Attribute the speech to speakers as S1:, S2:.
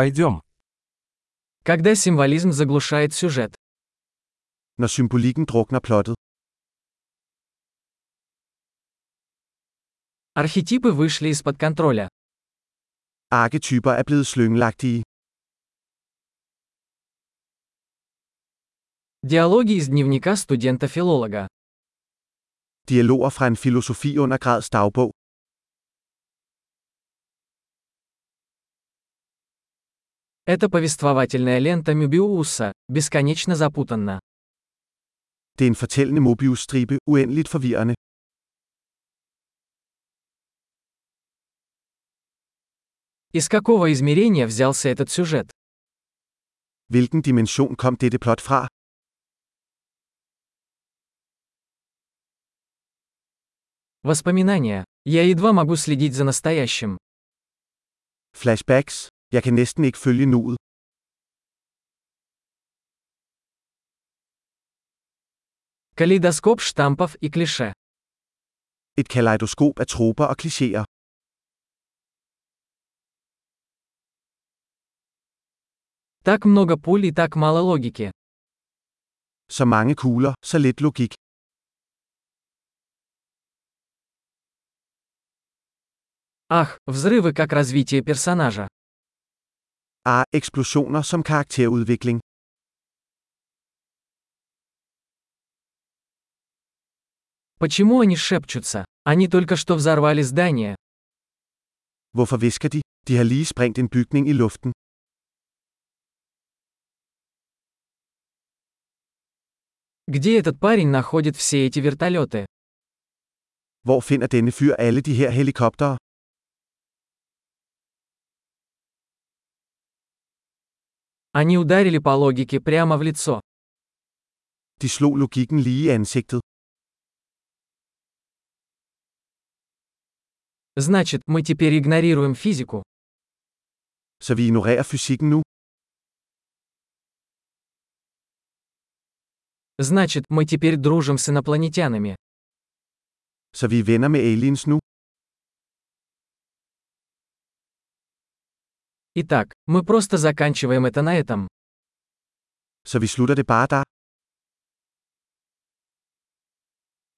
S1: Пойдем.
S2: Когда символизм заглушает сюжет.
S3: Når symbolikken drukner plottet.
S2: Архетипы вышли из-под контроля.
S3: Arketyper er blevet slyngelagtige.
S2: Диалоги из дневника студента-филолога.
S3: Dialoger fra en filosofiundergrads dagbog.
S2: Это повествовательная лента Мюбиуса, бесконечно запутанна.
S3: Det er en fortællende Mobius-stribe, uendeligt forvirrende.
S2: Из какого измерения взялся этот сюжет?
S3: Hvilken dimension kom dette plot fra?
S2: Воспоминания. Я едва могу следить за настоящим.
S3: Flashbacks. Jeg kan næsten ikke følge nuet.
S2: Калейдоскоп штампов и клише.
S3: Et kaleidoskop af troper og klichéer.
S2: Так много пуль и так мало логики.
S3: Så mange kugler, så lidt logik.
S2: Ах, взрывы как развитие персонажа.
S3: Ah, eksplosioner som karakterudvikling.
S2: Почему они шепчутся? Они только что взорвали здание.
S3: Hvorfor visker de? De har lige sprængt en bygning i luften.
S2: Где этот парень находит все эти вертолеты?
S3: Hvor finder denne fyr alle de her helikoptere?
S2: Они ударили по логике прямо в лицо.
S3: De slog logikken lige i ansigtet.
S2: Значит, мы теперь игнорируем физику.
S3: Så vi ignorerer fysikken nu.
S2: Значит, мы теперь дружим с инопланетянами.
S3: Så vi er venner med aliens nu.
S2: Итак, мы просто заканчиваем это на этом.
S3: Så vi slutter det bare der.